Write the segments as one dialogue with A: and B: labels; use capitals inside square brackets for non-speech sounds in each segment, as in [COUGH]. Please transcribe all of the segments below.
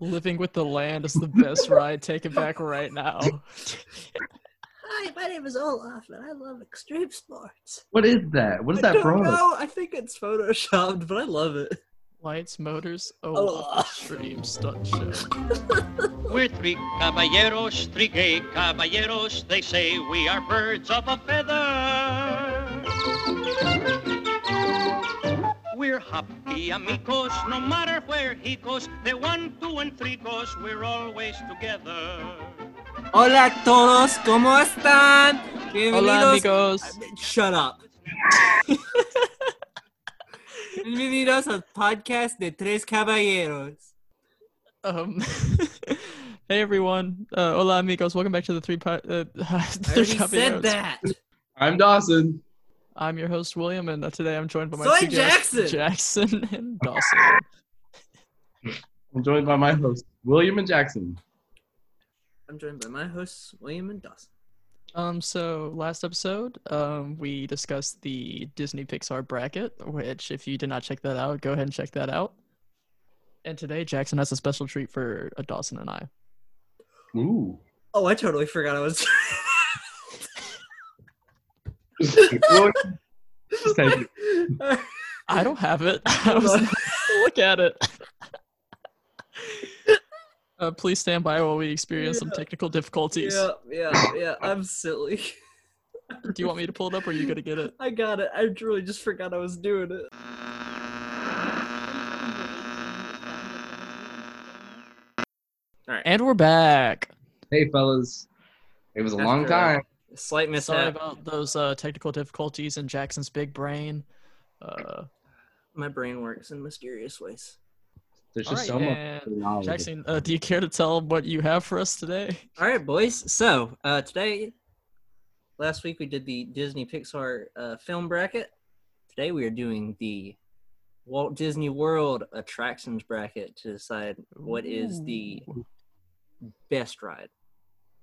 A: Living with the land is the best ride. Take it back right now.
B: Hi, my name is Olaf, and I love extreme sports.
C: What is that? What is that
D: I don't
C: from?
D: know. I think it's photoshopped, but I love it.
A: Lights, motors,
D: Oh.
A: oh, extreme stunt show.
E: We're three caballeros, three gay caballeros. They say we are birds of a feather. We're happy amigos, no matter where he goes. The one, two, and three goes, we're always together.
F: Hola a todos, ¿cómo están?
A: Hola,
F: Bienvenidos,
A: amigos.
D: Shut
C: [LAUGHS]
D: up.
F: bienvenidos al podcast de Tres Caballeros.
A: Um, [LAUGHS] hey, everyone. Uh, hola, amigos. Welcome back to the three. Po- uh, [LAUGHS]
D: I
A: three
D: already
A: Caballeros.
D: said that.
C: I'm Dawson.
A: I'm your host, William, and uh, today I'm joined by my two
D: Soy
A: guests,
D: Jackson.
A: Jackson and Dawson.
C: I'm joined by my host, William and Jackson.
D: I'm joined by my hosts, William and Dawson.
A: Um, so last episode, um, we discussed the Disney Pixar bracket, which if you did not check that out, go ahead and check that out. And today, Jackson has a special treat for uh, Dawson and I.
C: Ooh.
D: Oh, I totally forgot
C: [LAUGHS]
D: I was.
C: William, just take it.
D: [LAUGHS]
A: I don't have it. [LAUGHS] I was
D: on.
A: not gonna look at it. [LAUGHS] uh, please stand by while we experience some
D: Yeah.
A: technical difficulties.
D: yeah, yeah, yeah. I'm silly.
A: Do you want me to pull it up, or are you gonna get
D: [LAUGHS]
A: it?
D: I got it. I truly just forgot I was doing it.
A: And we're back.
C: hey, fellas. It was a
D: After
C: long
D: a-
C: time.
D: Slight
A: Sorry
D: mishap.
A: about those uh, technical difficulties in Jackson's big brain. Uh,
D: My brain works in mysterious ways.
C: There's
A: all
C: just
A: right,
C: so much.
A: and
C: knowledge.
A: Jackson, uh, do you care to tell what you have for us today?
D: All right, boys. So uh, today, last week we did the Disney Pixar uh, film bracket. Today we are doing the Walt Disney World attractions bracket to decide what is the best ride.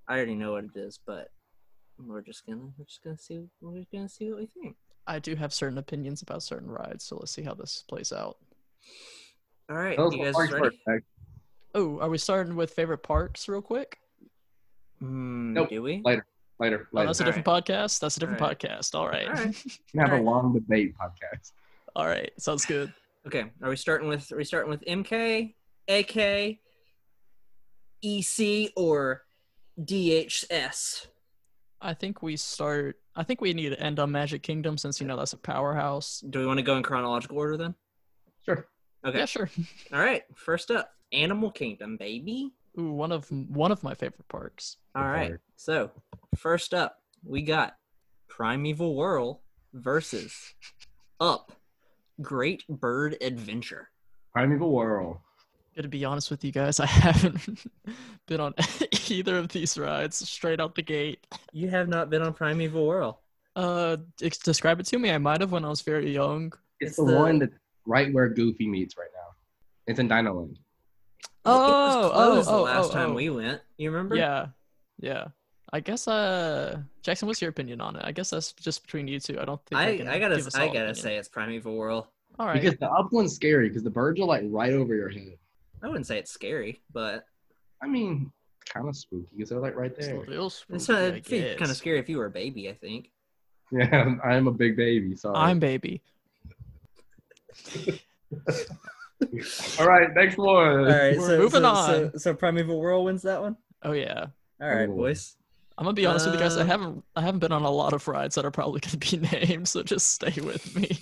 D: I already know what it is, but we're just gonna we're just gonna see we're just gonna see what we think.
A: I do have certain opinions about certain rides, so let's see how this plays out.
D: All right,
C: Tell us
D: you
C: what
D: guys
C: parks
D: ready?
C: were back
A: Oh, are we starting with favorite parks real quick?
D: Mm,
C: Nope.
D: Do we?
C: Like- Later,
A: Oh,
C: later.
A: that's a
D: All
A: different podcast. That's a different
D: Alright.
A: podcast. All right. All right. [LAUGHS]
D: Alright.
C: we can have
D: alright.
C: a long debate podcast.
A: Sounds good.
D: Okay, are we starting with are we starting with MK, AK, EC, E or DHS?
A: I think we start. I think we need to end on Magic Kingdom since you know that's a powerhouse.
D: Do we want to go in chronological order then?
C: Sure.
D: Okay.
A: Yeah, sure.
D: All right. First up, Animal Kingdom, baby.
A: Ooh, one of one of my favorite parks.
D: All right. So first up, we got Primeval Whirl versus Up, Great Bird Adventure.
C: Primeval World.
A: Gonna be honest with you guys, [LAUGHS] I haven't been on [LAUGHS] either of these rides straight out the gate.
D: You have not been on Primeval Whirl.
A: Uh, ex- describe it to me. I might have when I was very young.
C: It's,
D: It's
C: the,
D: the-
C: one that's right where Goofy meets right now. It's in Dino Land.
A: Oh,
D: it was
A: oh,
D: closed the
A: oh,
D: last
A: oh,
D: time
A: oh.
D: we went. You remember?
A: Yeah, yeah. I guess uh, Jackson, what's your opinion on it? I guess that's just between you two. I don't think
D: I,
A: can
D: I gotta
A: give a
D: I
A: solid
D: gotta
A: opinion.
D: say it's Primeval Whirl.
A: All right.
C: Because the up one's scary because the birds are like right over your head.
D: I wouldn't say it's scary, but
C: I mean, kind of spooky because they're like right
A: It's a
C: there.
A: little
D: it's
A: spooky, I
D: uh, it'd be kind
A: guess.
D: of scary if you were a baby. I think.
C: Yeah, [LAUGHS] I am a big baby. So
A: I'm baby.
C: all right. Next one.
D: All right,
A: We're
D: so
A: moving
D: so,
A: on.
D: So, so Primeval Whirl wins that one.
A: Oh yeah.
D: All right,
C: Ooh.
D: boys.
A: I'm gonna be honest with you guys. I
D: Um,
A: haven't I haven't been on a lot of rides that are probably gonna be [LAUGHS] named, so just stay with me.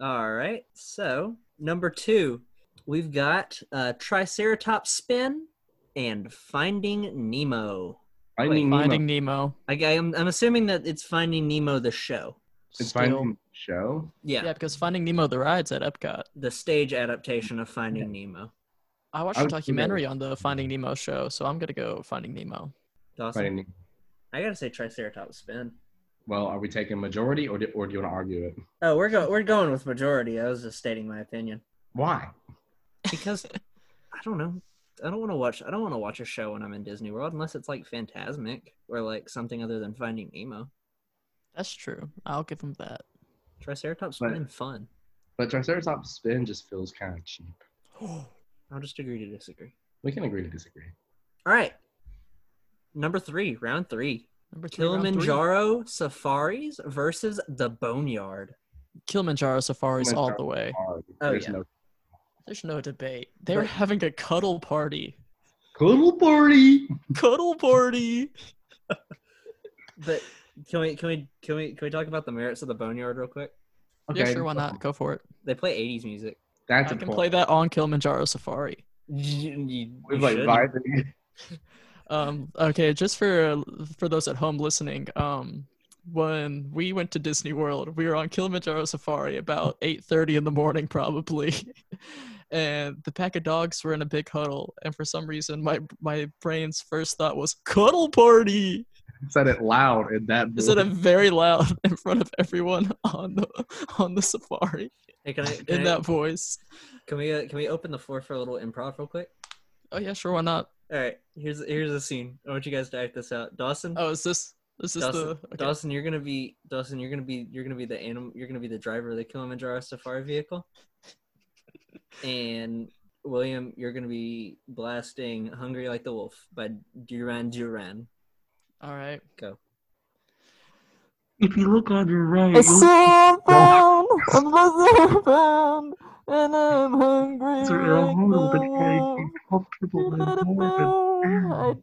D: All right. So number two, we've got uh, Triceratops Spin and Finding Nemo.
C: Finding Nemo.
A: Finding Nemo.
D: I, I'm, I'm assuming that it's Finding Nemo the show.
C: It's
A: still-
C: Finding Nemo show.
D: Yeah,
A: Yeah, because Finding Nemo the ride's at Epcot.
D: the stage adaptation of Finding Nemo.
A: I watched
C: I
A: a
C: would say that-
A: documentary on the Finding Nemo show, so I'm gonna go Finding Nemo.
D: Dawson,
C: Finding Nemo.
D: I gotta say Triceratops Spin.
C: Well, are we taking majority or do, or do you want to argue it?
D: Oh, we're go- we're going with majority. I was just stating my opinion
C: Why?
D: because I don't know. I don't want to watch. I don't want to watch a show when I'm in Disney World unless it's like Fantasmic or like something other than Finding Nemo.
A: That's true. I'll give him that. [GASPS]
D: Triceratops
C: Right.
D: been fun.
C: But Triceratops spin just feels kind of cheap.
D: I'll just agree to disagree.
C: We can agree to disagree.
D: All right. Number three, round three.
A: Number three, round three.
D: Kilimanjaro Safaris versus the Boneyard.
A: Kilimanjaro safaris all the
C: Kilimanjaro.
A: way.
C: Hard.
D: Oh,
C: There's
D: yeah.
C: no
A: There's no debate. They were
D: But-
A: having a cuddle party.
C: cuddle party.
A: Cuddle party.
D: But can we can we can we can we talk about the merits of the Boneyard real quick?
A: Yeah, sure, why not? Go for it.
D: They play '80s music.
C: That's
A: I
C: a
A: can
C: point.
A: play that on Kilimanjaro Safari.
D: You- you
C: We've like
D: should.
C: vibing.
A: Um, okay, just for for those at home listening, um, when we went to Disney World, we were on Kilimanjaro Safari about 8:30 in the morning, probably, [LAUGHS] and the pack of dogs were in a big huddle. And for some reason, my my brain's first thought was cuddle party.
C: [LAUGHS] Said it loud in that.
A: Is it a
C: voice.
A: very loud [LAUGHS] in front of everyone on the on the safari
D: Hey, can I, can,
A: in
D: I-
A: that voice?
D: can we uh, can we open the floor for a little improv real quick?
A: Oh yeah, sure, why not?
D: All right, here's here's a scene. I want you guys to act this out. Dawson,
A: Oh, is this this is
D: Dawson,
A: the okay.
D: Dawson, you're gonna be Dawson. You're gonna be you're gonna be the animal. You're gonna be the driver of the Kilimanjaro
A: [LAUGHS]
D: Safari vehicle. and William, you're gonna be blasting "Hungry Like the Wolf" by Duran Duran.
A: all right?
F: If you look on your right,
G: It's a real home, but hey, be comfortable and warm.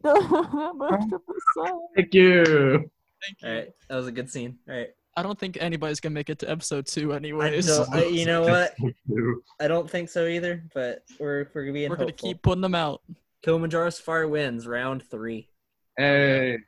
C: Thank you.
A: Thank
D: All right, that was a good scene. All right,
A: I don't think anybody's gonna make it to episode two,
D: I
A: anyways. [LAUGHS]
D: don't, I- you know what?
C: Thank you.
D: I don't think so either. But we're we're being
A: We're gonna
D: hopeful.
A: keep putting them out.
D: Kilimanjaro Safari wins round three.
C: Hey.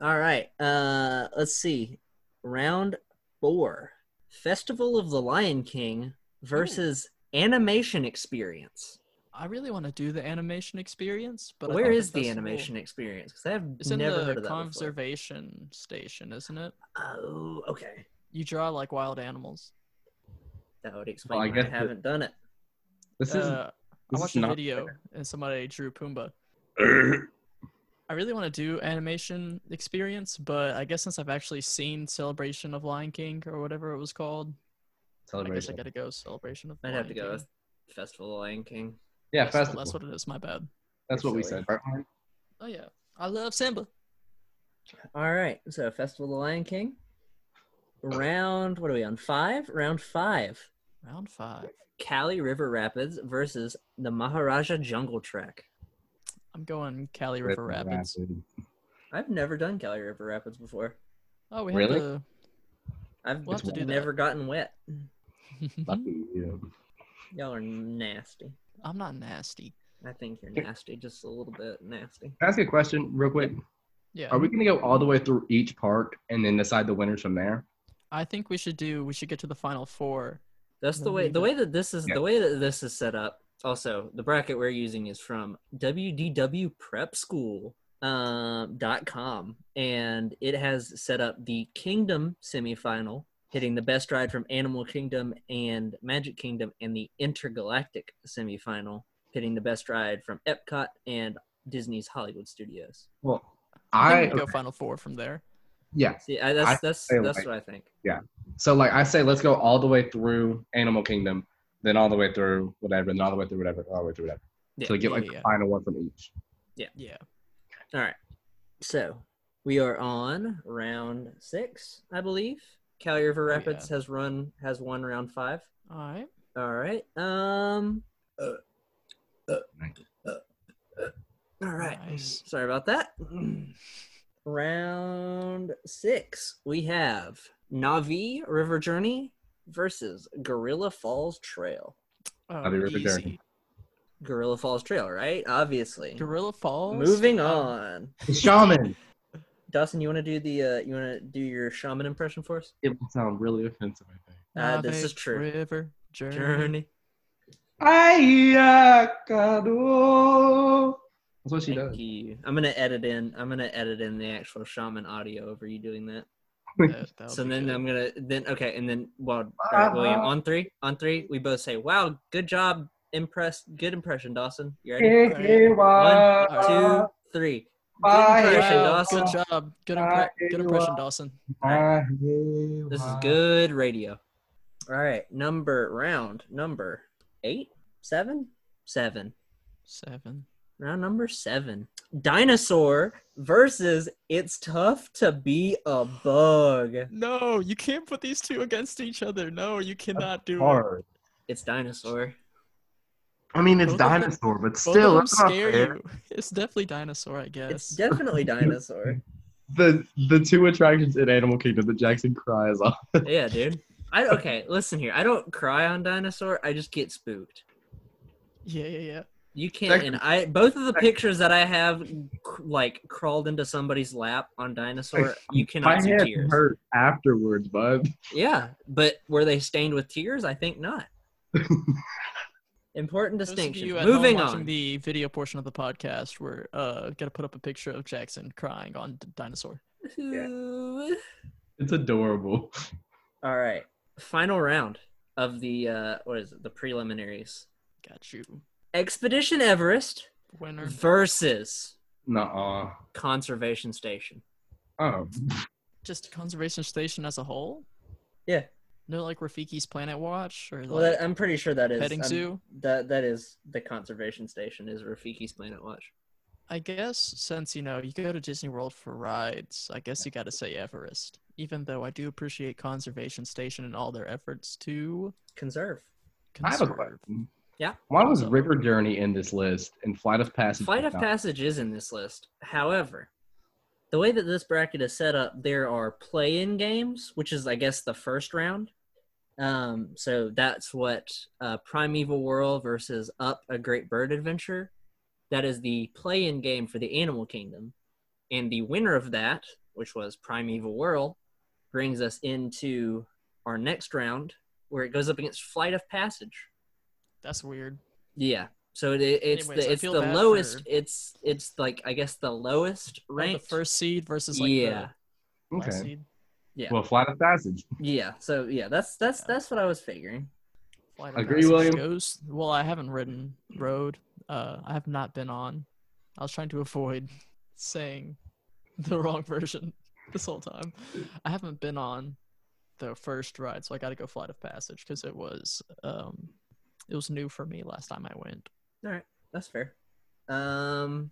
D: All right. Uh let's see. Round 4. Festival of the Lion King versus Animation Experience.
A: I really want to do the animation experience, but I
D: Where
A: think
D: is the
A: festival-
D: animation experience? Cuz I've
A: It's in
D: never
A: the
D: heard of that. before.
A: conservation station, isn't it?
D: Oh, okay.
A: You draw like wild animals.
D: That would explain
C: I
D: why I,
C: guess it-
D: haven't done it.
C: This is.
A: Uh, I
C: this
A: watched
C: is
A: a
C: not
A: video and somebody drew Pumbaa.
C: [CLEARS THROAT]
A: I really want to do animation experience, but I guess since I've actually seen Celebration of Lion King or whatever it was called, I guess I
C: celebration.
A: gotta go Celebration of.
D: I'd
A: Lion
D: have to go
A: King.
D: with Festival of the Lion King.
C: Yeah,
A: Festival,
C: festival.
A: That's what it is. My bad.
C: That's what we
D: Silly.
C: said, right? Ryan?
A: Oh yeah, I love Simba.
D: All right. So Festival of the Lion King. Round what are we on? 5? Round 5.
A: Round five.
D: Cali River Rapids versus the Maharaja Jungle Trek.
A: I'm going Cali River Rapids.
C: Rapids.
D: I've never done Cali River Rapids before.
A: Oh, we
C: Really?
A: have
D: I've
A: We'll have to do that.
D: never gotten wet.
A: to.
C: Lucky you.
D: Y'all are nasty.
A: [LAUGHS] I'm not nasty.
D: I think you're nasty, just a little bit nasty.
C: Can I ask you a question real quick?
A: Yeah.
C: Are we going to go all the way through each park and then decide the winners from there?
A: I think we should do. We should get to the final four.
D: That's the
A: Then
D: way
A: leave
D: the
A: it.
D: way that this is
C: Yeah.
D: the way that this is set up. Also, the bracket we're using is from WDW Prep School um, dot com and it has set up the kingdom semifinal hitting the best ride from animal kingdom and magic kingdom and the intergalactic semifinal hitting the best ride from epcot and disney's hollywood studios
C: Well,
A: I,
C: I,
A: think we go final four from there.
C: yeah.
D: see I, that's
C: I
D: that's
C: feel
D: that's
C: like-
D: what i think
C: So like I say, let's go all the way through Animal Kingdom, then all the way through whatever, then all the way through whatever, all the way through whatever.
D: Yeah,
C: so we get
A: yeah,
C: like
A: yeah.
C: the final one from each.
A: Yeah.
D: All right. So we are on round six, I believe. Cali River
A: Oh,
D: Rapids has run has won round five.
A: All
C: [CLEARS THROAT]
A: right.
D: All right. Um. uh, uh, uh, uh, all right.
A: Nice.
D: Sorry about that. round six, we have Navi River Journey versus Gorilla Falls Trail.
A: Oh,
C: I'll be right back there.
A: easy.
D: Gorilla Falls Trail, right? Obviously.
A: Gorilla Falls.
D: Moving
A: Um,
D: on.
C: The
A: [LAUGHS]
C: shaman.
D: Dawson, you want to do the uh, you want to do your shaman impression for us?
C: It would sound really offensive, I think.
D: Uh, this
A: Nave
D: is true.
A: River journey.
D: Journey.
C: That's what she
D: Thank
C: does.
D: you. I'm gonna edit in. I'm gonna edit in the actual shaman audio over you doing that. [LAUGHS]
A: That- that'll
D: so
A: be
D: then um,
A: good.
D: I'm gonna then okay, and then well, all right, William, on three, on three, we both say, "Wow, good job, impressed, good impression, Dawson." You ready?
C: Uh,
D: One, two, three. Good impression,
A: Wow,
D: Dawson.
A: good job. Good, impre- good impression, Dawson.
D: This
A: Uh-huh.
D: is good radio. All right, number round number eight, seven, seven.
A: Seven.
D: Round number seven Dinosaur versus It's Tough to Be a Bug.
A: No, you can't put these two against each other. No, you cannot do it.
C: Hard.
D: It's Dinosaur.
G: I mean, it's
A: Both of them-
G: dinosaur, but
A: Both
G: still,
A: of them
G: that's not
A: scare
G: fair.
A: you. [LAUGHS] It's definitely dinosaur, I guess.
D: It's
A: [LAUGHS]
D: definitely Dinosaur.
C: The the two attractions in Animal Kingdom that Jackson cries on.
D: yeah, dude. I, okay, listen here. I don't cry on Dinosaur, I just get spooked.
A: yeah, yeah, yeah.
D: You can't. And I both of the pictures that I have, cr- like crawled into somebody's lap on dinosaur.
A: [LAUGHS]
D: You
C: My
D: cannot see
C: head
D: tears.
C: hurt afterwards, bud. [LAUGHS]
D: Yeah, but were they stained with tears? I think not. Important distinction.
A: Those of you at home
D: Moving
A: watching
D: on.
A: the video portion of the podcast, we're uh, gonna put up a picture of Jackson crying on d- dinosaur.
C: It's adorable.
D: All right, final round of the uh, what is it? The preliminaries.
A: Got you,
D: Expedition Everest
A: winner.
D: versus
C: Nuh-uh.
D: Conservation Station.
C: Oh,
A: Just conservation station as a whole.
D: Yeah.
A: No, like Rafiki's Planet Watch or like
D: Well, that, I'm pretty sure that is
A: petting
D: I'm-
A: zoo.
D: That that is the Conservation Station is Rafiki's Planet Watch.
A: I guess since you know you go to Disney World for rides, I guess you got to say Everest. Even though I do appreciate Conservation Station and all their efforts to
D: Conserve.
C: I have
A: conserve.
C: a question.
D: Yeah.
C: Why was River Journey in this list and Flight of Passage?
D: Flight of
C: not?
D: Passage is in this list. However, the way that this bracket is set up, there are play-in games, which is, I guess, the first round. Um, so that's what uh, Primeval World versus Up: A Great Bird Adventure. That is the play-in game for the Animal Kingdom, and the winner of that, which was Primeval World, brings us into our next round, where it goes up against Flight of Passage.
A: That's weird.
D: Yeah. So it, it- it's
A: Anyways,
D: the
A: I
D: it's the
A: feel bad
D: lowest.
A: for-
D: It's it's like I guess the lowest
A: Like
D: ranked.
A: the first seed versus like
D: yeah.
A: the last
C: Okay.
A: seed.
D: Yeah.
C: Well, Flight of Passage.
D: Yeah. So yeah, that's that's
A: Yeah.
D: that's what I was figuring.
A: Flight of
C: Agree,
A: Passage
C: William?
A: goes- well, I haven't ridden road. Uh, I have not been on. I was trying to avoid saying the wrong version [LAUGHS] this whole time. I haven't been on the first ride, so I got to go Flight of Passage because it was um, it was new for me last time I went.
D: All right, that's fair. Um,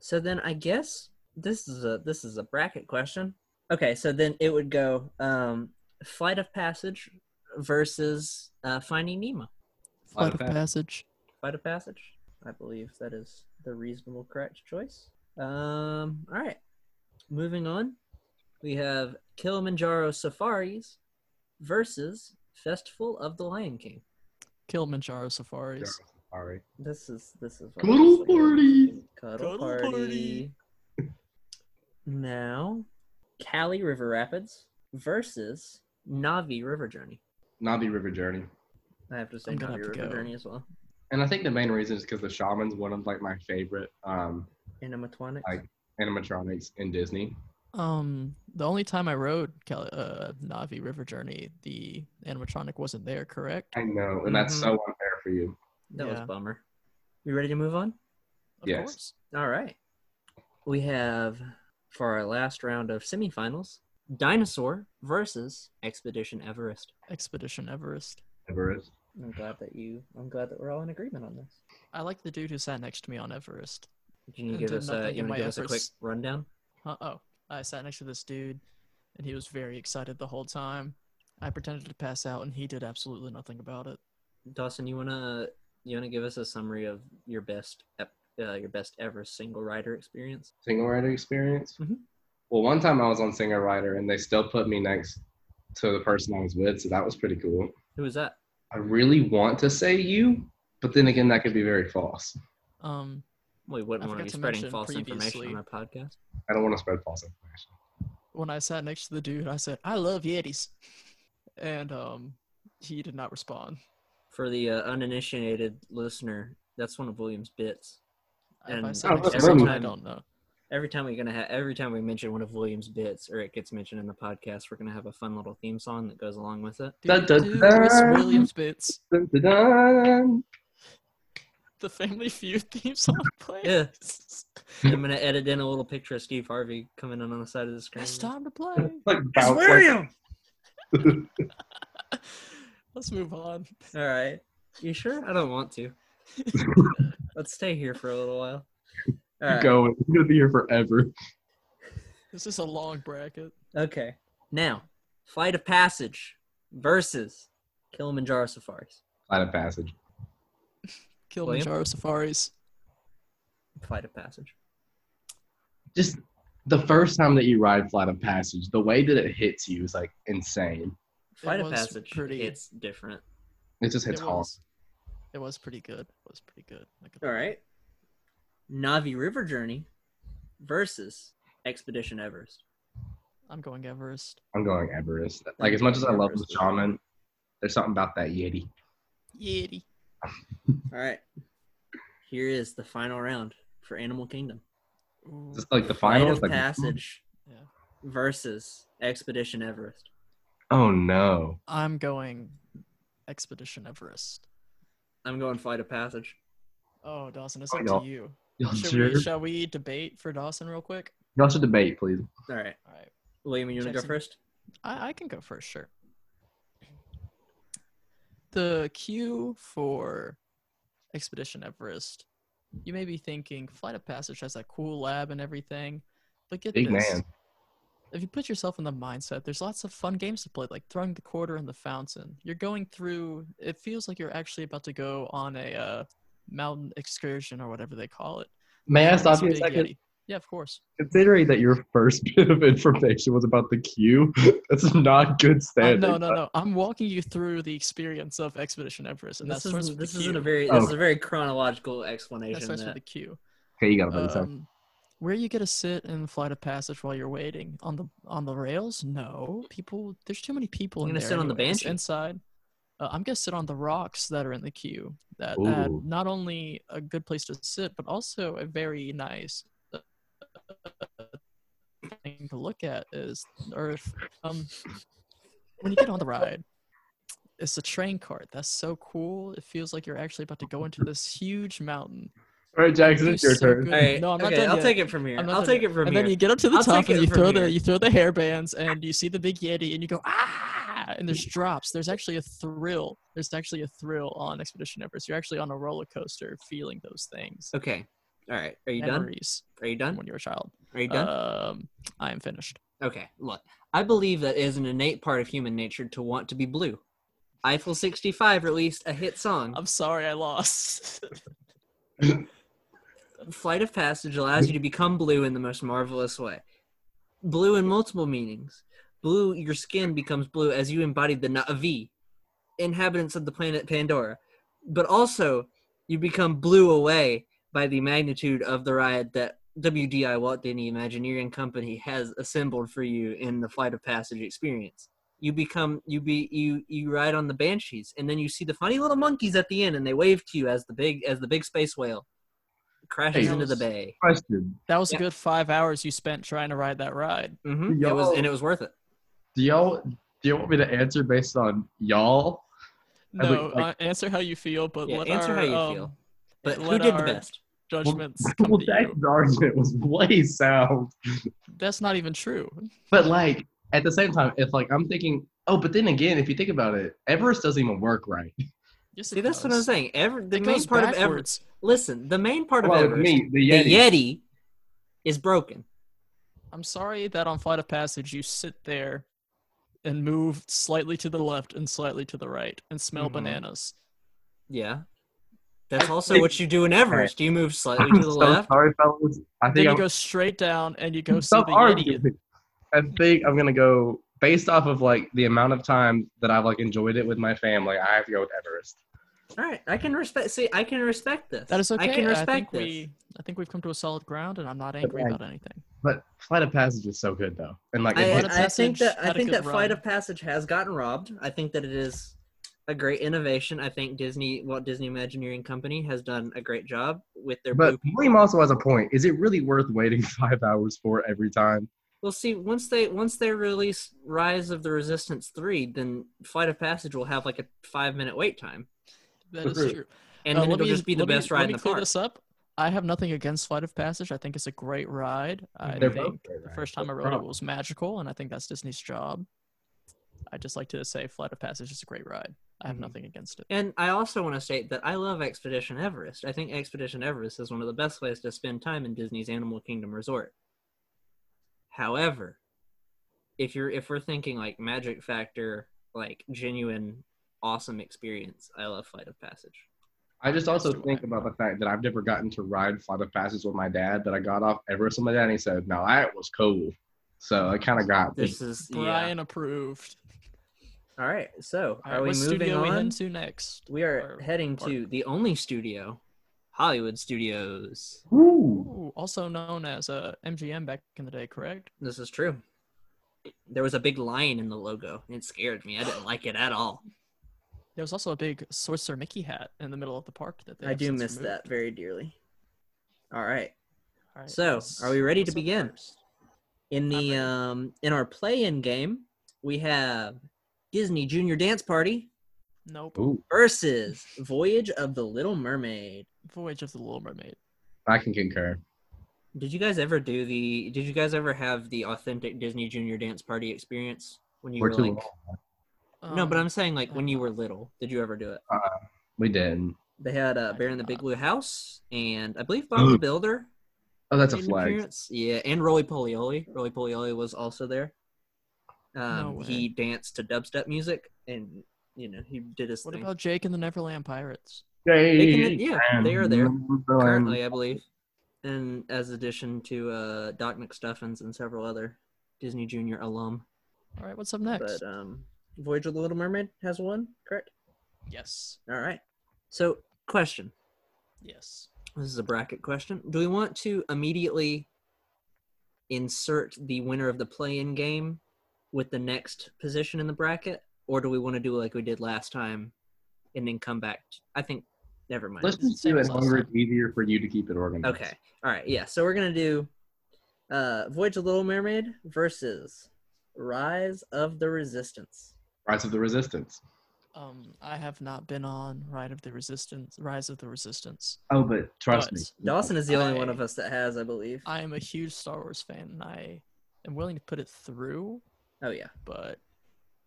D: so then I guess this is a this is a bracket question. Okay, so then it would go um, Flight of Passage versus uh, Finding Nemo.
A: Flight of
C: Passage.
A: Passage.
D: Flight of Passage. I believe that is the reasonable correct choice. Um, all right. Moving on, we have Kilimanjaro Safaris versus Festival of the Lion King.
A: Kilimanjaro Safaris.
C: Sorry.
D: This is this is what I
C: Cuddle
D: was looking at.
C: party.
D: Cuddle,
A: Cuddle
D: party.
A: party.
D: Now, Cali River Rapids versus Navi River Journey.
C: Navi River Journey.
D: I have to say
A: I'm gonna
D: Navi
A: have to
D: River
A: go.
D: Journey as well.
C: And I think the main reason is because the shaman's one of like my favorite um,
D: Animatronics.
C: I- animatronics in Disney.
A: Um, the only time I rode Cal- uh, Navi River Journey, the animatronic wasn't there, correct?
C: I know, and that's
F: Mm-hmm.
C: so unfair for you.
D: That was
A: Yeah.
D: bummer. You ready to move on?
A: Of
C: Yes.
A: course.
D: All right. We have for our last round of semifinals Dinosaur versus Expedition Everest.
A: Expedition Everest.
C: Everest.
D: I'm glad that you, I'm glad that we're all in agreement on this.
A: I like the dude who sat next to me on Everest.
D: Can you
A: I
D: give
A: did
D: us,
A: not
D: uh,
A: think
D: you
A: of
D: want
A: my
D: to give us a quick
A: efforts.
D: rundown?
A: Uh oh. I sat next to this dude and he was very excited the whole time. I pretended to pass out and he did absolutely nothing about it.
D: Dawson, you wanna you wanna give us a summary of your best ep- uh, your best ever single rider experience?
C: Single rider experience.
F: Mm-hmm.
D: Mhm.
C: Well, one time I was on single rider, and they still put me next to the person I was with, so that was pretty cool.
D: Who was that?
C: I really want to say you, but then again, that could be very false.
A: Um,
D: We wouldn't
A: I
D: want to be
A: forgot to
D: spreading
A: mention
D: false information
A: previously-
D: on our podcast.
C: I don't want to spread false information.
A: when I sat next to the dude, I said, I love Yetis. [LAUGHS] And um, he did not respond.
D: For the uh, uninitiated listener, that's one of William's bits.
A: if I
D: And-
A: sat
C: Oh,
A: next to
C: that's
A: someone I
D: really-
A: don't know.
D: Every time we're gonna have, every time we mention one of William's bits or it gets mentioned in the podcast, we're gonna have a fun little theme song that goes along with it.
C: Dun,
A: Dude,
C: dun,
A: dude,
C: dun.
A: Miss Williams bits.
C: Dun, dun, dun.
A: The Family Feud theme song [LAUGHS] plays.
D: Yeah. I'm gonna edit in a little picture of Steve Harvey coming in on the side of the screen.
A: It's time to play. [LAUGHS]
C: Like,
F: It's
C: bounce, like-
F: William.
A: Let's move on.
D: All right, you sure? I don't want to. Let's stay here for a little while. All
C: [LAUGHS]
D: right.
C: Going. We're gonna be here forever.
A: This is a long bracket.
D: Okay. Now, Flight of Passage versus Kilimanjaro Safaris.
C: Flight of passage.
A: Kilimanjaro Safaris.
D: Flight of Passage.
C: Just the first time that you ride Flight of Passage, the way that it hits you is like insane.
D: Flight of
A: was
D: Passage.
A: pretty-
D: It's different.
C: It just hits
A: it
C: hard.
A: was. It was pretty good. It was pretty good. Like
D: All right. Navi River Journey versus Expedition Everest.
A: I'm going Everest.
C: I'm going Everest. Like as much as I love the shaman, there's something about that Yeti.
A: Yeti.
D: All right. Here is the final round for Animal Kingdom.
C: [LAUGHS]
A: Ooh.
C: Just like the
D: Flight
C: final.
D: of
C: Like,
D: Passage
A: Yeah.
D: versus Expedition Everest.
C: oh no.
A: I'm going Expedition Everest.
D: I'm going Flight of Passage.
A: Oh, Dawson, it's
C: Oh,
A: up
C: y'all-
A: to
C: [LAUGHS]
A: you.
C: Y'all
A: Should
C: sure?
A: we, shall we debate for Dawson real quick?
C: Y'all should debate, please.
D: All right.
A: All right.
D: William, you want to go
A: Jackson.
D: first?
A: I, I can go first, sure. The queue for Expedition Everest. You may be thinking Flight of Passage has that cool lab and everything, but get
C: Big
A: this.
C: man.
A: If you put yourself in the mindset, there's lots of fun games to play, like throwing the quarter in the fountain. You're going through. It feels like you're actually about to go on a uh, mountain excursion or whatever they call it.
C: May I
A: This
C: stop you a
A: big
C: second?
A: yeti. Yeah, of course.
C: Considering that your first [LAUGHS] bit of information was about the queue, [LAUGHS] that's not good
A: Uh,
C: standing.
A: no, no, no. I'm walking you through the experience of Expedition Everest, and
D: This
A: that starts
D: isn't,
A: with the
D: this isn't
A: queue.
D: a very this
C: Oh.
D: is a very chronological
A: That
D: explanation.
A: starts
D: that-
A: with the queue.
C: Okay, you got to put
A: Um, where you get to sit in the flight of passage while you're waiting on the on the rails? No, people. There's too many people.
D: I'm
A: in
D: gonna
A: there
D: sit on the
A: anyways.
D: Banshee.
A: inside. Uh, I'm gonna sit on the rocks that are in the queue. That
C: Ooh.
A: add not only a good place to sit, but also a very nice uh, thing to look at is Earth. Um, when you get on the ride, it's a train cart. That's so cool. It feels like you're actually about to go into this huge mountain.
C: All right, Jackson,
A: Uh, You're
C: it's your
A: so
C: turn.
A: good.
D: All right.
A: No, I'm not
D: okay,
A: done
D: I'll
A: yet.
D: take it from here.
A: I'm not
D: I'll
A: done
D: take
A: yet.
D: it from
A: and
D: here.
A: then you get up to the
D: I'll
A: top
D: take it
A: and you
D: from
A: throw
D: here.
A: the you throw the hairbands and you see the big yeti and you go ah and there's drops. There's actually a thrill. There's actually a thrill on Expedition Everest. You're actually on a roller coaster feeling those things.
D: Okay. All right. Are you done?
A: memories
D: Are you
A: from
D: done?
A: when you were a child.
D: Are you done?
A: Um, I am finished.
D: Okay, look, I believe that it is an innate part of human nature to want to be blue. Eiffel 65 released a hit song.
A: I'm sorry I lost. [LAUGHS]
D: Flight of Passage allows you to become blue in the most marvelous way. Blue in multiple meanings. Blue, your skin becomes blue as you embodied the Na'vi, inhabitants of the planet Pandora. But also, you become blew away by the magnitude of the riot that WDI Walt Disney Imagineering Company has assembled for you in the Flight of Passage experience. You become you be you you ride on the banshees, and then you see the funny little monkeys at the end, and they wave to you as the big as the big space whale crashes
A: Hey.
D: into the bay.
C: Question.
A: That was
D: Yeah.
A: a good five hours you spent trying to ride that ride.
D: hmm It was
C: Yo.
D: and it was worth it.
C: Do y'all do you want me to answer based on y'all? I
A: No,
C: would, like-
A: uh, answer how you feel, but
D: Yeah,
A: let
D: answer
A: our,
D: how you
A: um,
D: feel. But who
A: let
D: did the
A: our
D: best?
A: judgments come
C: Well,
A: to you.
C: Jackson's argument was way sound.
A: That's not even true.
C: But like at the same time, if like I'm thinking, oh, but then again, if you think about it, Everest doesn't even work right.
A: Yes, it
D: See, that's what
A: does.
D: I'm saying. Every the
A: It
D: main
A: goes
D: part of Everest.
A: backwards.
D: Listen, the main part
C: Well,
D: of
C: with
D: Everest,
C: me, the
D: the
C: Yeti.
D: Yeti, is broken.
A: I'm sorry that on Flight of Passage you sit there and move slightly to the left and slightly to the right and smell
C: Hmm.
D: Mhm.
A: bananas.
D: Yeah. That's also
C: think-
D: what you do in Everest. You move slightly
C: I'm
D: to the
C: so
D: left.
C: sorry, fellas. I
A: Then
C: think
A: you
C: I'm,
A: go straight down and
C: [LAUGHS]
A: you go see the
C: stop
A: Yeti.
C: arguing. I think I'm gonna go based off of like the amount of time that I've like enjoyed it with my family. I have to go with Everest.
D: All right, I can respect. See, I can respect this.
A: That is okay.
D: I can
A: think
D: respect this.
A: we I think we've come to a solid ground and I'm not angry
C: Okay.
A: about anything.
C: But Flight of Passage is so good though, and like
D: I,
C: it,
A: Flight of
D: I think
A: Passage
D: that I
A: had a
D: think
A: good
D: that Flight
A: run.
D: of Passage has gotten robbed. I think that it is a great innovation. I think Disney, Walt Disney Imagineering Company, has done a great job with their.
C: but
D: blue-
C: William also has a point. Is it really worth waiting [LAUGHS] five hours for every time?
D: Well, see, once they once they release Rise of the Resistance three, then Flight of Passage will have like a five minute wait time,
A: That is
C: Agreed.
A: true.
D: and
A: Uh,
D: then
A: let
D: it'll
A: me-
D: just be the
A: let me-
D: best
A: let me
D: ride in the
A: clear
D: park.
A: this up. I have nothing against Flight of Passage. I think it's a great ride. I
C: They're both
A: think
C: great
A: the
C: rides.
A: first time I rode it was magical, and I think that's Disney's job. I just like to say Flight of Passage is a great ride. I
C: Hmm.
A: have nothing against it.
D: And I also want to state that I love Expedition Everest. I think Expedition Everest is one of the best ways to spend time in Disney's Animal Kingdom Resort. However, if you're if we're thinking like magic factor, like genuine awesome experience, I love Flight of Passage.
C: I just also
A: That's
C: think
A: right.
C: about the fact that I've never gotten to ride Flight of Passage with my dad, but I got off Everest with my dad, and he said, "No, that was cool." So I kind of got me.
D: This is yeah.
A: Brian approved.
D: All right, so
A: All
D: are
A: right,
D: we
A: what
D: moving
A: studio we
D: on?
A: heading to next?
D: We are
A: Or
D: heading
A: park?
D: to the only studio, Hollywood Studios.
C: Ooh.
A: Ooh, also known as uh, MGM back in the day, correct?
D: This is true. There was a big lion in the logo. It scared me. I didn't like it at all.
A: There was also a big Sorcerer Mickey hat in the middle of the park that they
D: I
A: have
D: do
A: since
D: miss
A: removed.
D: that very dearly. All right.
A: All right,
D: So,
A: let's-
D: are we ready to
A: what's up
D: begin?
A: first?
D: In the um in our play-in game, we have Disney Junior Dance Party
A: Nope.
C: Ooh.
D: versus Voyage of the Little Mermaid.
A: Voyage of the Little Mermaid.
C: I can concur.
D: Did you guys ever do the did you guys ever have the authentic Disney Junior Dance Party experience when you
C: We're
D: were
C: too
D: like
C: old.
D: No, but
A: Um,
D: I'm saying like when you were little, did you ever do it?
C: We didn't.
D: They had uh,
A: I
D: Bear in
A: did
D: the Big
A: not.
D: Blue House, and I believe Bob the
C: Ooh.
D: Builder.
C: Oh, that's a
D: made an
C: flag.
D: appearance. Yeah, and Roly Polioli. Roly Polioli was also there. Um,
A: way.
D: he danced to dubstep music, and you know he did his
A: What
D: thing.
A: about Jake and the Neverland Pirates?
D: They can- yeah, they are there currently, I believe, and as addition to uh, Doc McStuffins and several other Disney Junior alum.
A: All right, what's up next?
D: But um, Voyage of the Little Mermaid has one, correct?
A: yes,
D: All right. So, question.
A: yes.
D: This is a bracket question. Do we want to immediately insert the winner of the play-in game with the next position in the bracket, or do we want to do like we did last time and then come back? t- I think. Never mind.
C: Let's just do it however it's easier for you to keep it organized.
D: Okay. All right. Yeah. So we're gonna do uh, Voyage of the Little Mermaid versus Rise of the Resistance.
C: Rise of the Resistance.
A: Um, I have not been on Ride of the Resistance, Rise of the Resistance.
C: Oh, but trust
A: But-
C: me.
D: Dawson is the only one
A: I-
D: of us that has, I believe.
A: I am a huge Star Wars fan, and I am willing to put it through,
D: Oh yeah.
A: but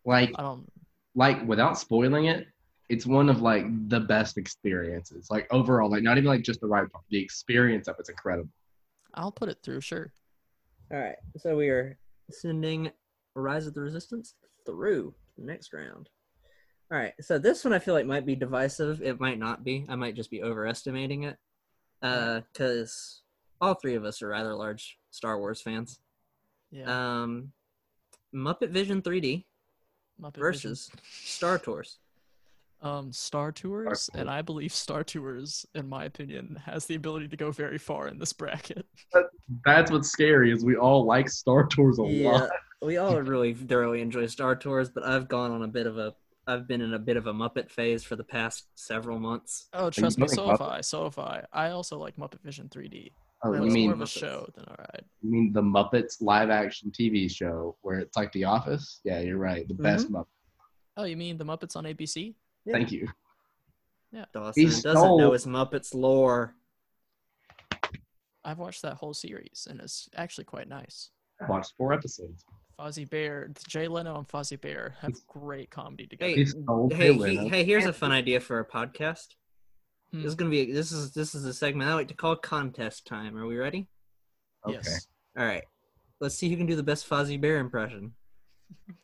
C: Like,
A: I don't.
C: like without spoiling it, it's one of like the best experiences. Like overall, like not even like just the ride part. The experience of it's incredible.
A: I'll put it through, sure.
D: All right, so we are sending Rise of the Resistance through the next round. All right, so this one I feel like might be divisive. It might not be. I might just be overestimating it, because all three of us are rather large Star Wars fans.
A: Yeah.
D: Um, Muppet Vision 3D
A: Muppet Vision.
D: versus Star Tours.
A: um Star Tours,
C: Tours.
A: and I believe Star Tours, in my opinion, has the ability to go very far in this [LAUGHS] bracket.
C: That's what's scary is we all like Star Tours a
D: Yeah,
C: lot.
D: we all really thoroughly enjoy Star Tours, but I've gone on a bit of a, I've been in a bit of a Muppet phase for the past several months.
A: Oh, trust me,
C: voting
A: so have
C: Muppet?
A: I, so have I. I also like Muppet Vision 3D.
C: Oh,
A: That
C: you
A: was
C: mean
A: more of a
D: Muppets.
A: show than all right.
C: you mean the Muppets live action TV show where it's like The Office? Yeah, you're right. The best
D: Mm-hmm.
C: Muppet.
A: Oh, you mean the Muppets on ABC?
D: Yeah.
C: Thank you.
D: Dawson
C: He
D: doesn't
C: stole-
D: know his Muppets lore.
A: I've watched that whole series, and it's actually quite nice.
C: I watched four episodes.
A: Fozzie Bear, Jay Leno and Fozzie Bear have great comedy together.
D: Hey,
C: He stole
D: Hey,
C: Taylor.
D: he, hey, here's a fun idea for a podcast.
A: Hmm.
D: This is gonna be this is this is a segment I like to call contest time. Are we ready?
C: okay.
A: Yes.
D: All right, let's see who can do the best Fozzie Bear impression.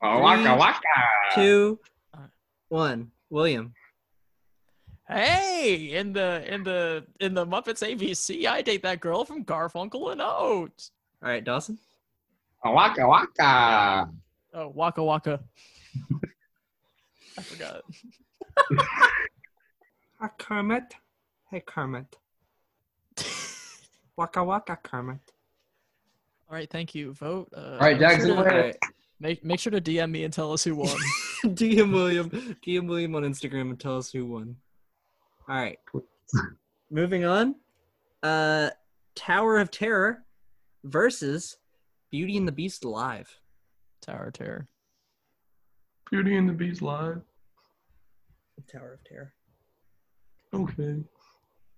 C: Oh, waka waka. Ah.
D: Two,
A: All right.
D: one. William.
A: Hey, in the in the in the Muppets ABC, I date that girl from Garfunkel and Oates.
D: All right, Dawson.
C: Oh, waka waka.
A: Oh, Waka Waka. I forgot.
F: Ah, Kermit. Hey,
A: [LAUGHS]
F: Kermit. Waka waka, Kermit.
A: All right, thank you. Vote. Uh,
C: All right,
A: make
C: Jackson.
A: sure,
D: All
A: to,
D: right,
A: make make sure to DM me and tell us who won. [LAUGHS]
D: [LAUGHS] DM William. DM William on Instagram and tell us who won. All right. Moving on. Uh, Tower of Terror versus Beauty and the Beast live.
A: Tower of Terror.
G: Beauty and the Beast live.
D: Tower of Terror.
G: Okay.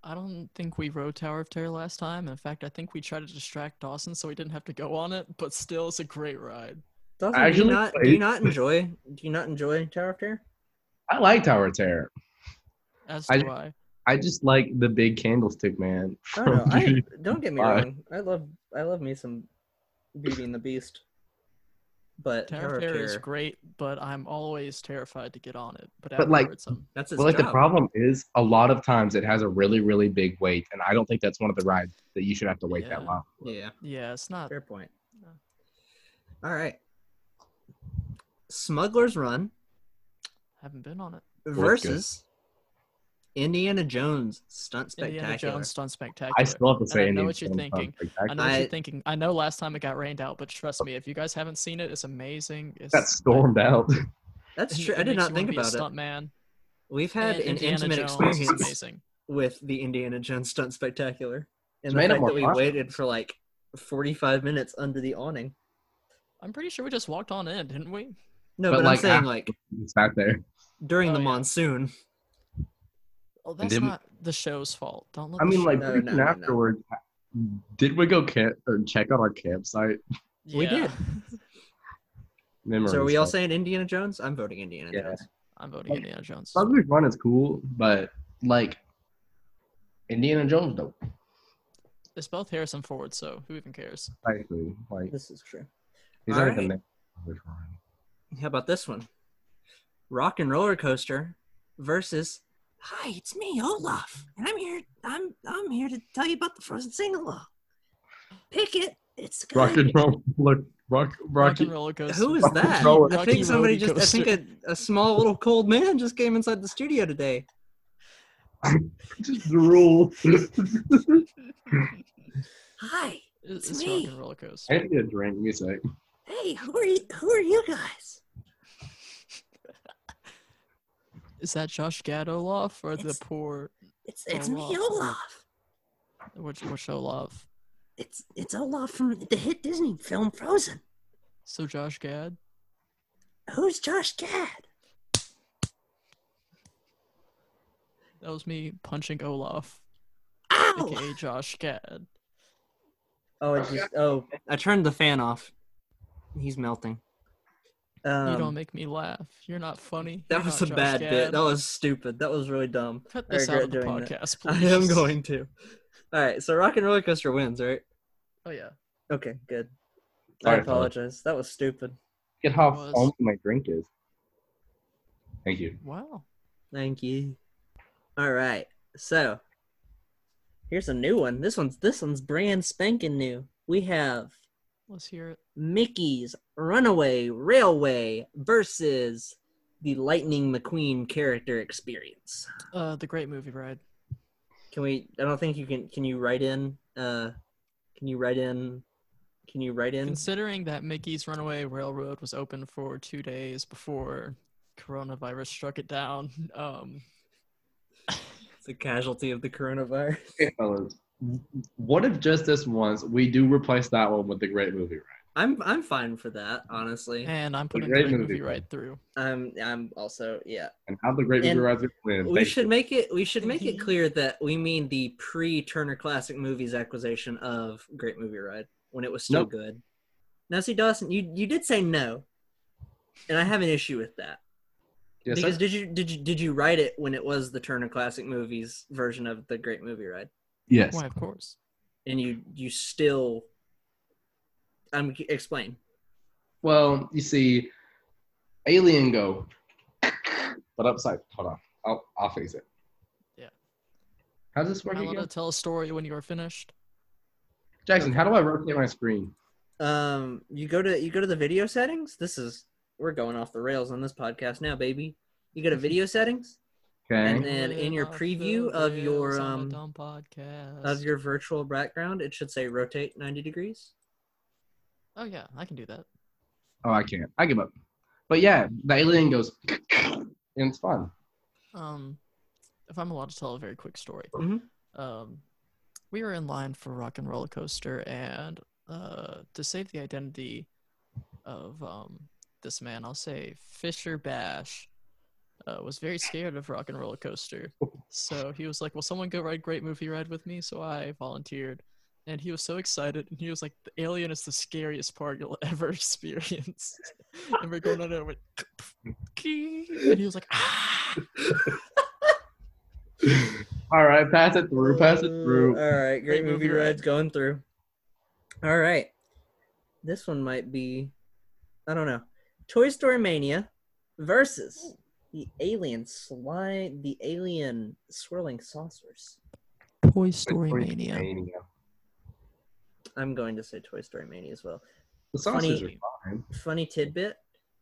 A: I don't think we rode Tower of Terror last time. In fact, I think we tried to distract Dawson so he didn't have to go on it. But still, it's a great ride.
D: Dawson, do
C: Actually,
D: you not do
C: wait.
D: you not enjoy do you not enjoy Tower of Terror?
C: I like Tower of Terror.
A: As
C: I-
A: do I.
C: I just like the big candlestick man.
D: I don't know. I,
C: from-
D: don't get me
C: Bye.
D: wrong. I love I love me some Beauty and the Beast, but
A: Tower of Terror is great, but I'm always terrified to get on it. But,
C: But, like-
A: afterwards, I'm-
D: that's his
C: But like the
D: job.
C: problem is, a lot of times it has a really, really big weight, and I don't think that's one of the rides that you should have to wait that
A: Yeah.
C: long.
D: Yeah,
A: yeah, it's not.
D: fair point.
A: No.
D: All right, Smuggler's Run
A: haven't been on it.
D: versus Indiana Jones Stunt Spectacular.
A: Indiana Jones Stunt Spectacular.
C: I still have to say,
A: And I know
C: Indiana
A: what you're
C: Jones
A: thinking.
C: sounds spectacular.
A: I know what
D: I-
A: you're thinking. I know last time it got rained out, but trust me, if you guys haven't seen it, it's amazing. It's
C: Got stormed out.
D: That's
A: it-
D: true.
A: it
D: I did
A: makes
D: not
A: you
D: think
A: wanna be a
D: about it.
A: stunt man.
D: We've had
A: and
D: an
A: Indiana
D: intimate
A: Jones is
D: experience
A: amazing.
D: with the Indiana Jones Stunt Spectacular, and
C: It's
D: the
C: made it
D: fact
C: more
D: that we
C: fun.
D: waited for like forty-five minutes under the awning.
A: I'm pretty sure we just walked on in, didn't we?
D: No,
C: But,
D: but,
C: like,
D: I'm saying
C: after-
D: like
C: It's not there.
D: during
A: Oh,
D: the
A: yeah.
D: monsoon.
A: Oh, that's
C: didn't-
A: not the show's fault. Don't let.
C: I
A: the
C: mean,
A: show-
C: like
D: No,
C: pretty
D: no,
C: soon
D: no, no.
C: afterwards, did we go camp or check out our campsite?
A: yeah.
D: we did.
C: Memories.
D: So are we all saying Indiana Jones? I'm voting Indiana
C: Yeah.
D: Jones.
A: [LAUGHS] I'm voting Indiana Jones.
C: Smuggler's Run is cool, but like Indiana Jones, though.
A: It's both Harrison Ford, so who even cares?
C: Actually, like
D: This is true.
C: he's not
D: All
C: even
D: right.
C: there. Smuggler's Run.
D: How about this one? Rock and roller coaster versus
F: Hi, it's me, Olaf, and I'm here. I'm I'm here to tell you about the Frozen sing along.
B: Pick it. It's good.
C: Rock and roll, [LAUGHS] look, rock,
A: Rock
C: rocky.
A: and roller coaster.
D: who is
C: Rock and
D: that?
C: roller-
D: I
A: Rocky
D: think somebody
A: roller
D: just. I think a, a small little cold man just came inside the studio today.
C: [LAUGHS] Just the rule.
B: Hi. It's
A: It's, it's
B: me.
A: Rock and Roller
C: I
A: Coaster.
C: need a drink. Give me a sec.
B: Hey, who are you? Who are you guys?
A: Is that Josh Gad Olaf or the
B: It's-
A: poor
B: It's it's me,
A: Olaf.
B: Olaf.
A: which which Olaf?
B: It's it's Olaf from the hit Disney film Frozen.
A: So Josh Gad.
B: Who's Josh Gad?
A: That was me punching Olaf,
B: Ow!
A: aka Josh Gad.
D: Oh, I just. Oh, I turned the fan off. He's melting. Um,
A: you don't make me laugh. You're not funny.
D: that
A: You're
D: was a
A: not Oh, Josh
D: bad bit.
A: Gad.
D: That was stupid. That was really dumb. [LAUGHS]
A: Cut
D: I
A: this out of the
D: regret doing that.
A: podcast,
D: [LAUGHS] I
A: please.
D: am going to. All right, so Rock and Roller Coaster wins, right?
A: Oh yeah.
D: Okay, good. I
C: Sorry, fella.
D: apologize. That was stupid.
C: Get how
A: Was-
C: foamy my drink is. Thank you.
A: Wow.
D: Thank you. All right, so here's a new one. This one's this one's brand spanking new. We have
A: Let's hear it.
D: Mickey's Runaway Railway versus the Lightning McQueen character experience.
A: Uh, the great movie ride.
D: Can we? I don't think you can. Can you write in? Uh, can you write in? Can you write in?
A: Considering that Mickey's Runaway Railroad was open for two days before coronavirus struck it down, um,
D: The casualty of the coronavirus. [LAUGHS]
C: Okay, fellas. What if just this once we do replace that one with the great movie, right?
D: I'm I'm fine for that, honestly.
A: and I'm putting the
C: great
A: great
C: movie
A: movie
C: ride.
A: right through.
D: I'm I'm also yeah.
C: And how the great movie
D: And
C: rides gonna win?
D: We
C: Thank
D: should
C: you.
D: make it we should make it clear that we mean the pre Turner Classic Movies acquisition of Great Movie Ride when it was still
C: Nope.
D: good. Now see Dawson, you you did say no, and I have an issue with that
C: Yes,
D: because
C: sir.
D: did you did you did you write it when it was the Turner Classic Movies version of the Great Movie Ride,
C: Yes.
A: Why, of course.
D: and you you still. I'm explain.
C: Well, you see, Alien go, but upside. Hold on, I'll I'll fix it.
A: Yeah.
C: How does this work
A: I
C: again,
A: want to tell a story when you are finished.
C: Jackson? How do I rotate my screen?
D: um you go to you go to the video settings this is we're going off the rails on this podcast now baby you go to video settings
C: Okay.
D: And then in your
A: Off
D: preview
A: the
D: of your,
A: rails on a
D: um,
A: dumb podcast.
D: of your virtual background it should say rotate 90 degrees
A: oh yeah, I can do that.
C: Oh, I can't. I give up. But yeah, the alien goes, and it's fun.
A: Um, if I'm allowed to tell a very quick story,
D: Mhm.
A: um, we were in line for Rock and Roller Coaster, and uh, to save the identity of um, this man, I'll say Fisher Bash uh, was very scared of Rock and Roller Coaster, so he was like, "Will someone go ride Great Movie Ride with me?" So I volunteered, and he was so excited, and he was like, "The alien is the scariest part you'll ever [LAUGHS] experience." and we're going on there with, [LAUGHS] and he was like, "Ah!"
C: [LAUGHS] All right, pass it through. Pass it through.
D: All right, great
A: Great movie
D: movie rides going through. All right, this one might be, I don't know, Toy Story Mania versus the alien slide, the alien swirling saucers.
A: Toy Story Mania.
C: Mania.
D: I'm going to say Toy Story Mania as well.
C: The saucers
D: Funny-
C: are fine.
D: Funny tidbit.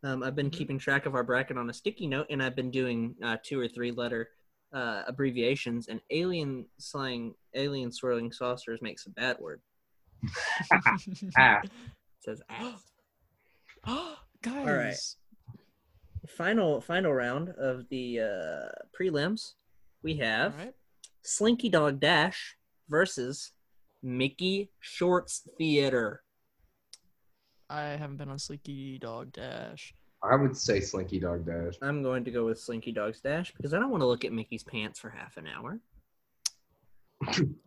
D: Um, I've been keeping track of our bracket on a sticky note, and I've been doing uh, two or three letter uh, abbreviations. And alien slang, alien swirling saucers makes a bad word.
C: [LAUGHS]
A: [GASPS]
C: Ah.
D: It says ass.
A: Guys,
D: final final round of the uh, prelims, we
A: all
D: have
A: right.
D: Slinky Dog Dash versus Mickey Shorts Theater.
A: I haven't been on Sleeky Dog Dash.
C: I would say Slinky Dog Dash.
D: I'm going to go with Slinky Dog's Dash because I don't want to look at Mickey's pants for half an hour.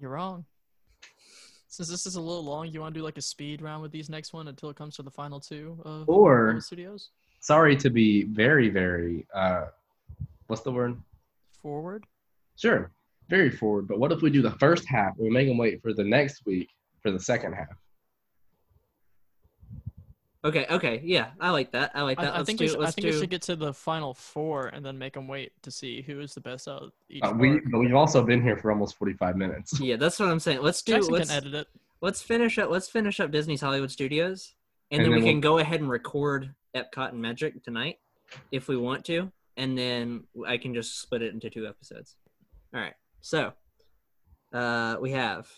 A: You're wrong. Since this is a little long, you want to do like a speed round with these next one until it comes to the final two of
C: Or-
A: Marvel Studios
C: Sorry to be very, very. Uh, what's the word?
A: forward.
C: Sure, very forward. But what if we do the first half? We make them wait for the next week for the second half.
D: Okay, okay, yeah, I like that. I like that.
A: I, I
D: let's
A: think
D: do.
A: we should, I
D: let's
A: think
D: do.
A: we should get to the final four and then make them wait to see who is the best out of each.
C: Uh, we
A: part.
C: but we've also been here for almost forty five minutes. [LAUGHS]
D: yeah, that's what I'm saying. Let's do.
A: Jackson
D: Let's,
A: can edit it.
D: let's finish up. Let's finish up Disney's Hollywood Studios, and,
C: And
D: then,
C: then
D: we can go ahead and record Epcot and Magic tonight if we want to, and then I can just split it into two episodes. All right. So uh, we have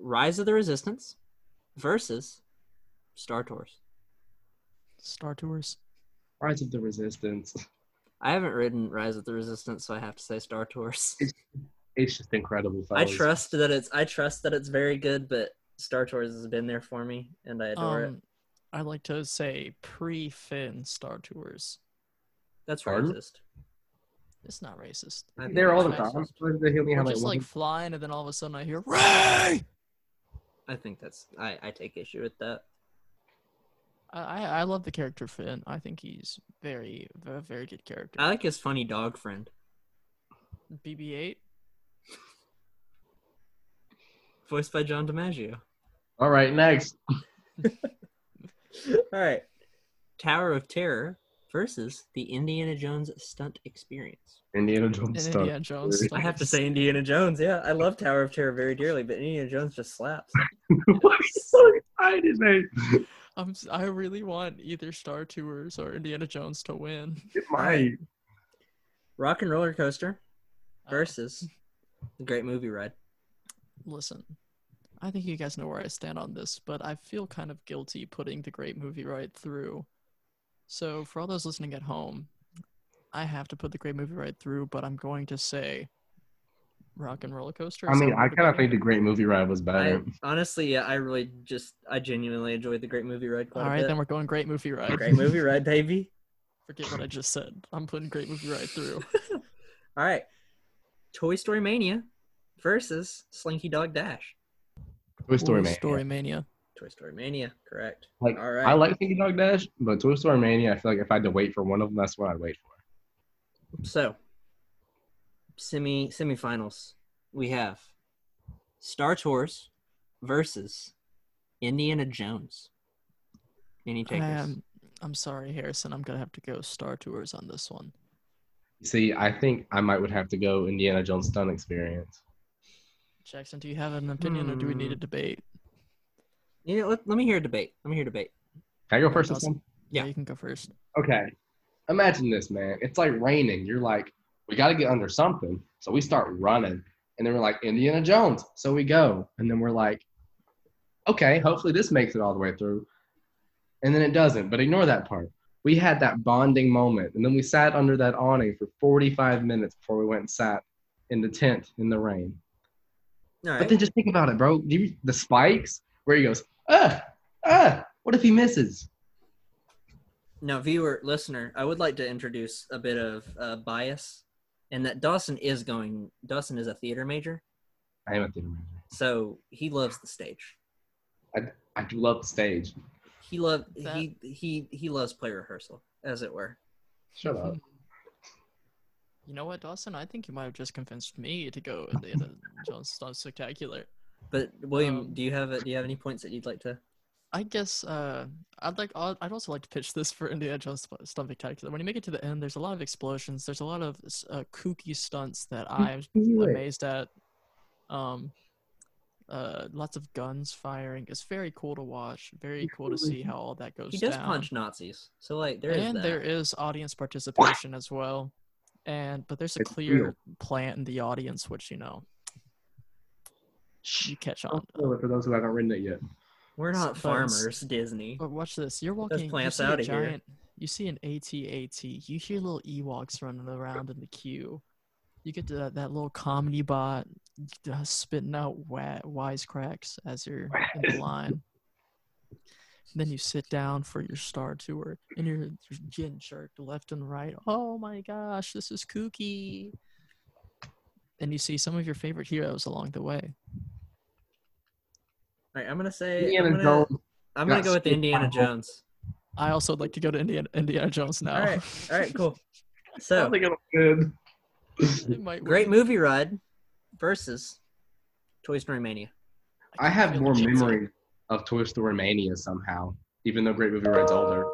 D: Rise of the Resistance versus Star Tours.
A: Star Tours.
C: Rise of the Resistance.
D: I haven't ridden Rise of the Resistance, so I have to say Star Tours.
C: It's just incredible.
D: I
C: fellas.
D: trust that it's I trust that it's very good, but Star Tours has been there for me, and I adore it.
A: Um, I like to say pre-Finn Star Tours.
D: That's
C: pardon?
D: racist.
A: It's not racist.
D: I think
C: They're all the
D: that's
C: time.
D: racist.
C: They only
A: We're
C: have like
A: just like
C: one-
A: flying, and then all of a sudden I hear Ray.
D: I think that's I, I take issue with that.
A: I, I I love the character Finn. I think he's very a very good character.
D: I like his funny dog friend.
A: BB-8.
D: Voiced by John DiMaggio.
C: All right, next.
D: Alright. Tower of Terror versus the Indiana Jones stunt experience.
C: Indiana Jones.
A: And
C: stuff.
A: Indiana Jones.
C: Really?
D: I have to say Indiana Jones, yeah. I love Tower of Terror very dearly, but Indiana Jones just slaps.
C: Why are you so excited, man?
A: I'm, s- I really want either Star Tours or Indiana Jones to
D: [LAUGHS]
A: win.
C: It might.
D: Rock and roller coaster
A: Uh,
D: versus the great movie ride.
A: listen, I think you guys know where I stand on this, but I feel kind of guilty putting the great movie right through. So for all those listening at home, I have to put the great movie right through, but I'm going to say Rock and Roller Coaster.
C: I
A: Is that
C: mean,
A: what
C: I
A: we're
C: kind of
A: doing?
C: think the Great Movie Ride was
D: I
C: better.
D: honestly yeah, I really just I genuinely enjoyed the great movie ride quite
A: All
D: a
A: right,
D: bit.
A: then we're going great movie ride.
D: Great movie ride, baby.
A: [LAUGHS] Forget what I just said. I'm putting great movie right through.
D: All right. Toy Story Mania versus Slinky Dog Dash.
C: Toy Story
A: Ooh,
C: Mania.
A: Story Mania.
D: Toy Story Mania, correct.
C: Like,
D: All right.
C: I like Thinking Dog Dash, but Toy Story Mania, I feel like if I had to wait for one of them, that's what I'd wait for.
D: So, semi semifinals. We have Star Tours versus Indiana Jones. Any
A: I
D: takers?
A: am- Um, I'm sorry, Harrison. I'm gonna have to go Star Tours on this one.
C: See, I think I might would have to go Indiana Jones Stunt Experience.
A: Jackson, do you have an opinion, or do we need a
D: Hmm.
A: debate?
D: you know, let, let me hear a debate. Let me hear a debate.
C: Can I go first this
A: Awesome.
C: one?
A: Yeah,
D: Yeah.
A: you can go first.
C: Okay. Imagine this, man. It's like raining. You're like, we got to get under something. So we start running. And then we're like, Indiana Jones. So we go. And then we're like, okay, hopefully this makes it all the way through. And then it doesn't. But ignore that part. We had that bonding moment. And then we sat under that awning for 45 minutes before we went and sat in the tent in the rain.
D: All
C: But
D: right.
C: then just think about it, bro. Do you, the spikes where he goes, ah, ah, what if he misses?
D: now, viewer, listener, I would like to introduce a bit of uh, bias, and that Dawson is going. Dawson is a theater major,
C: I am a theater manager.
D: So he loves the stage.
C: I do love the stage.
D: He loved
A: That-
D: he he he loves play rehearsal, as it were.
C: Shut up.
A: Hmm. You know what, Dawson? I think you might have just convinced me to go with the John's Spectacular.
D: But William,
A: Um,
D: do you have a, do you have any points that you'd like to?
A: I guess uh, I'd like. I'd I'd also like to pitch this for Indiana Jones Sp- Stunt Spectacular. When you make it to the end, there's a lot of explosions. There's a lot of s- uh, kooky stunts that I'm
C: Do it.
A: amazed at. Um, uh, lots of guns firing. It's very cool to watch. Very cool to see how all that goes
D: He does
A: down.
D: punch Nazis, so like there is
A: and
D: that.
A: there is
D: [COUGHS]
A: audience participation as well. And but there's a
C: It's
A: clear
C: real.
A: plant in the audience, which you know you catch on.
C: I'll spoil it for those who haven't written it yet.
D: We're not
A: Sometimes-
D: farmers, Disney.
A: But Oh, watch this. You're walking. You
D: plants
A: see a
D: outta here.
A: giant. You see an AT-AT. You hear little Ewoks running around in the queue. You get to that, that little comedy bot uh, spitting out wa- wisecracks as you're in
D: [LAUGHS]
A: the line. Then you sit down for your star tour, and you're, you're getting jerked left and right. Oh my gosh, this is kooky. And you see some of your favorite heroes along the way.
D: All right, I'm gonna say
C: Indiana
D: I'm gonna,
C: Jones.
D: I'm gonna
C: got
D: go with
C: screwed
D: Indiana
C: by-
D: Jones.
A: I also would like to go to Indiana, Indiana Jones now.
D: All right, all right, cool.
C: I
D: So
C: don't think it'll be good.
A: [LAUGHS] It might
D: great
A: win.
D: movie ride versus Toy Story Mania.
C: I have
A: feel
C: more
A: the jigsaw.
C: memory of Toy Story Mania somehow, even though Great Movie Ride's older.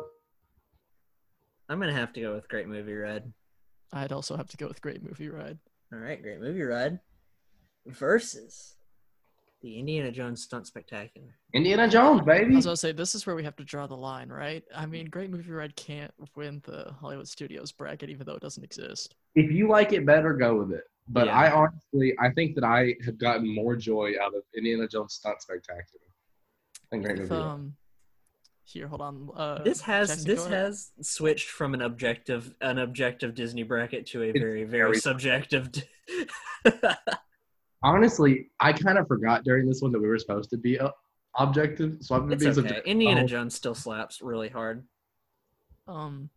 D: I'm gonna have to go with Great Movie Ride.
A: I'd also have to go with Great Movie Ride.
D: All right, Great Movie Ride versus the Indiana Jones Stunt Spectacular.
C: Indiana Jones,
A: I
C: baby.
A: was gonna say this is where we have to draw the line, right? I mean, Great Movie Ride can't win the Hollywood Studios bracket, even though it doesn't exist.
C: If you like it better, go with it. But
D: Yeah.
C: I honestly, I think that I have gotten more joy out of Indiana Jones Stunt Spectacular than Great
A: If,
C: Movie Ride.
A: um, here, hold on. Uh,
D: This has
A: Jackson,
D: this
A: go ahead.
D: has switched from an objective an objective Disney bracket to a
C: It's
D: very
C: very-
D: very subjective. d- [LAUGHS]
C: Honestly, I kind of forgot during this one that we were supposed to be uh, objective, so I'm gonna
D: it's
C: be
D: okay.
C: subjective.
D: Indiana
C: Oh,
D: Jones still slaps really hard.
A: Um,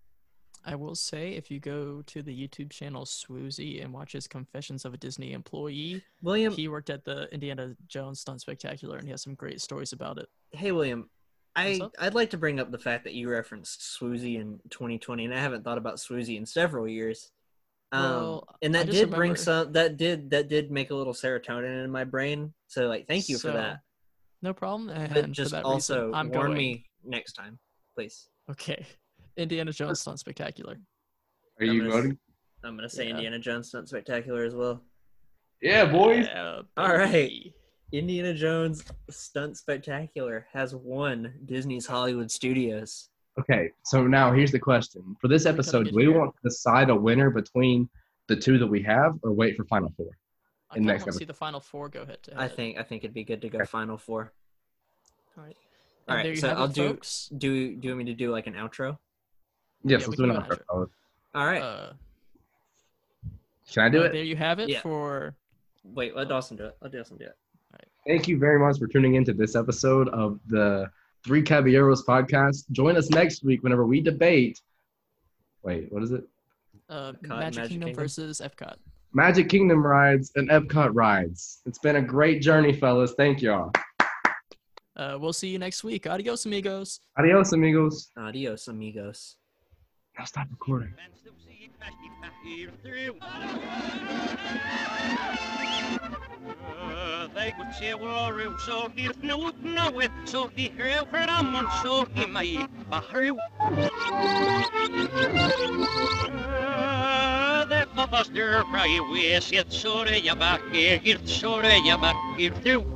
A: I will say if you go to the YouTube channel Swoozy and watch his Confessions of a Disney Employee,
D: William,
A: he worked at the Indiana Jones Stunt Spectacular, and he has some great stories about it.
D: hey William, I
A: What's up?
D: I'd like to bring up the fact that you referenced Swoozy in 2020, and I haven't thought about Swoozy in several years. Um,
A: Well,
D: and
A: I
D: that
A: just
D: did bring
A: remember-
D: some that did that did make a little serotonin in my brain. So like, thank you
A: So,
D: for that.
A: No problem. And
D: But
A: for
D: just
A: that
D: also
A: reason, I'm
D: warn
A: going.
D: me next time, please.
A: Okay, [LAUGHS] Indiana Jones Stunt Spectacular.
C: Are you
D: Jones.
C: voting?
D: I'm gonna say
A: Yeah.
D: Indiana Jones Stunt Spectacular as well.
C: Yeah, boys.
A: Yeah,
D: All right.
A: baby.
D: Indiana Jones Stunt Spectacular has won Disney's Hollywood Studios.
C: Okay, so now here's the question for this
A: Let me cut
C: episode:
A: it
C: Do we
A: here.
C: want to decide a winner between the two that we have, or wait for Final Four?
A: I kind
C: in
A: of want
C: next
A: to
C: episode.
A: see the final four go head to head.
D: I think I think it'd be good to go
C: Okay.
D: Final Four.
A: All right. And
D: All right,
A: there you
D: so
A: have it,
D: I'll do-
A: folks.
D: Do do you want me to do like an outro?
A: Yeah,
C: Yes,
A: we
C: let's do
A: can
C: another.
A: do that.
C: episode.
D: All right.
A: Uh,
C: Can I do
A: uh,
C: it?
A: There you have it
D: Yeah.
A: for.
D: Wait, let Dawson do it. Let Dawson do it.
C: Thank you very much for tuning into this episode of the Three Caballeros podcast. Join us next week whenever we debate. Wait, what is it?
A: Uh,
D: Epcot,
A: Magic,
D: Magic
A: Kingdom
D: Kingdom.
A: versus Epcot.
C: Magic Kingdom rides and Epcot rides. It's been a great journey, fellas. Thank y'all.
A: Uh, we'll see you next week. Adios, amigos.
C: Adios, amigos.
D: Adios, amigos.
C: Now stop recording.
E: They would say worry, so dear, no, no, it, so dear, for a month, so he may, Bahari. The papa's there, cry, we, it's sorry, yabak, it's sorry, yabak, it's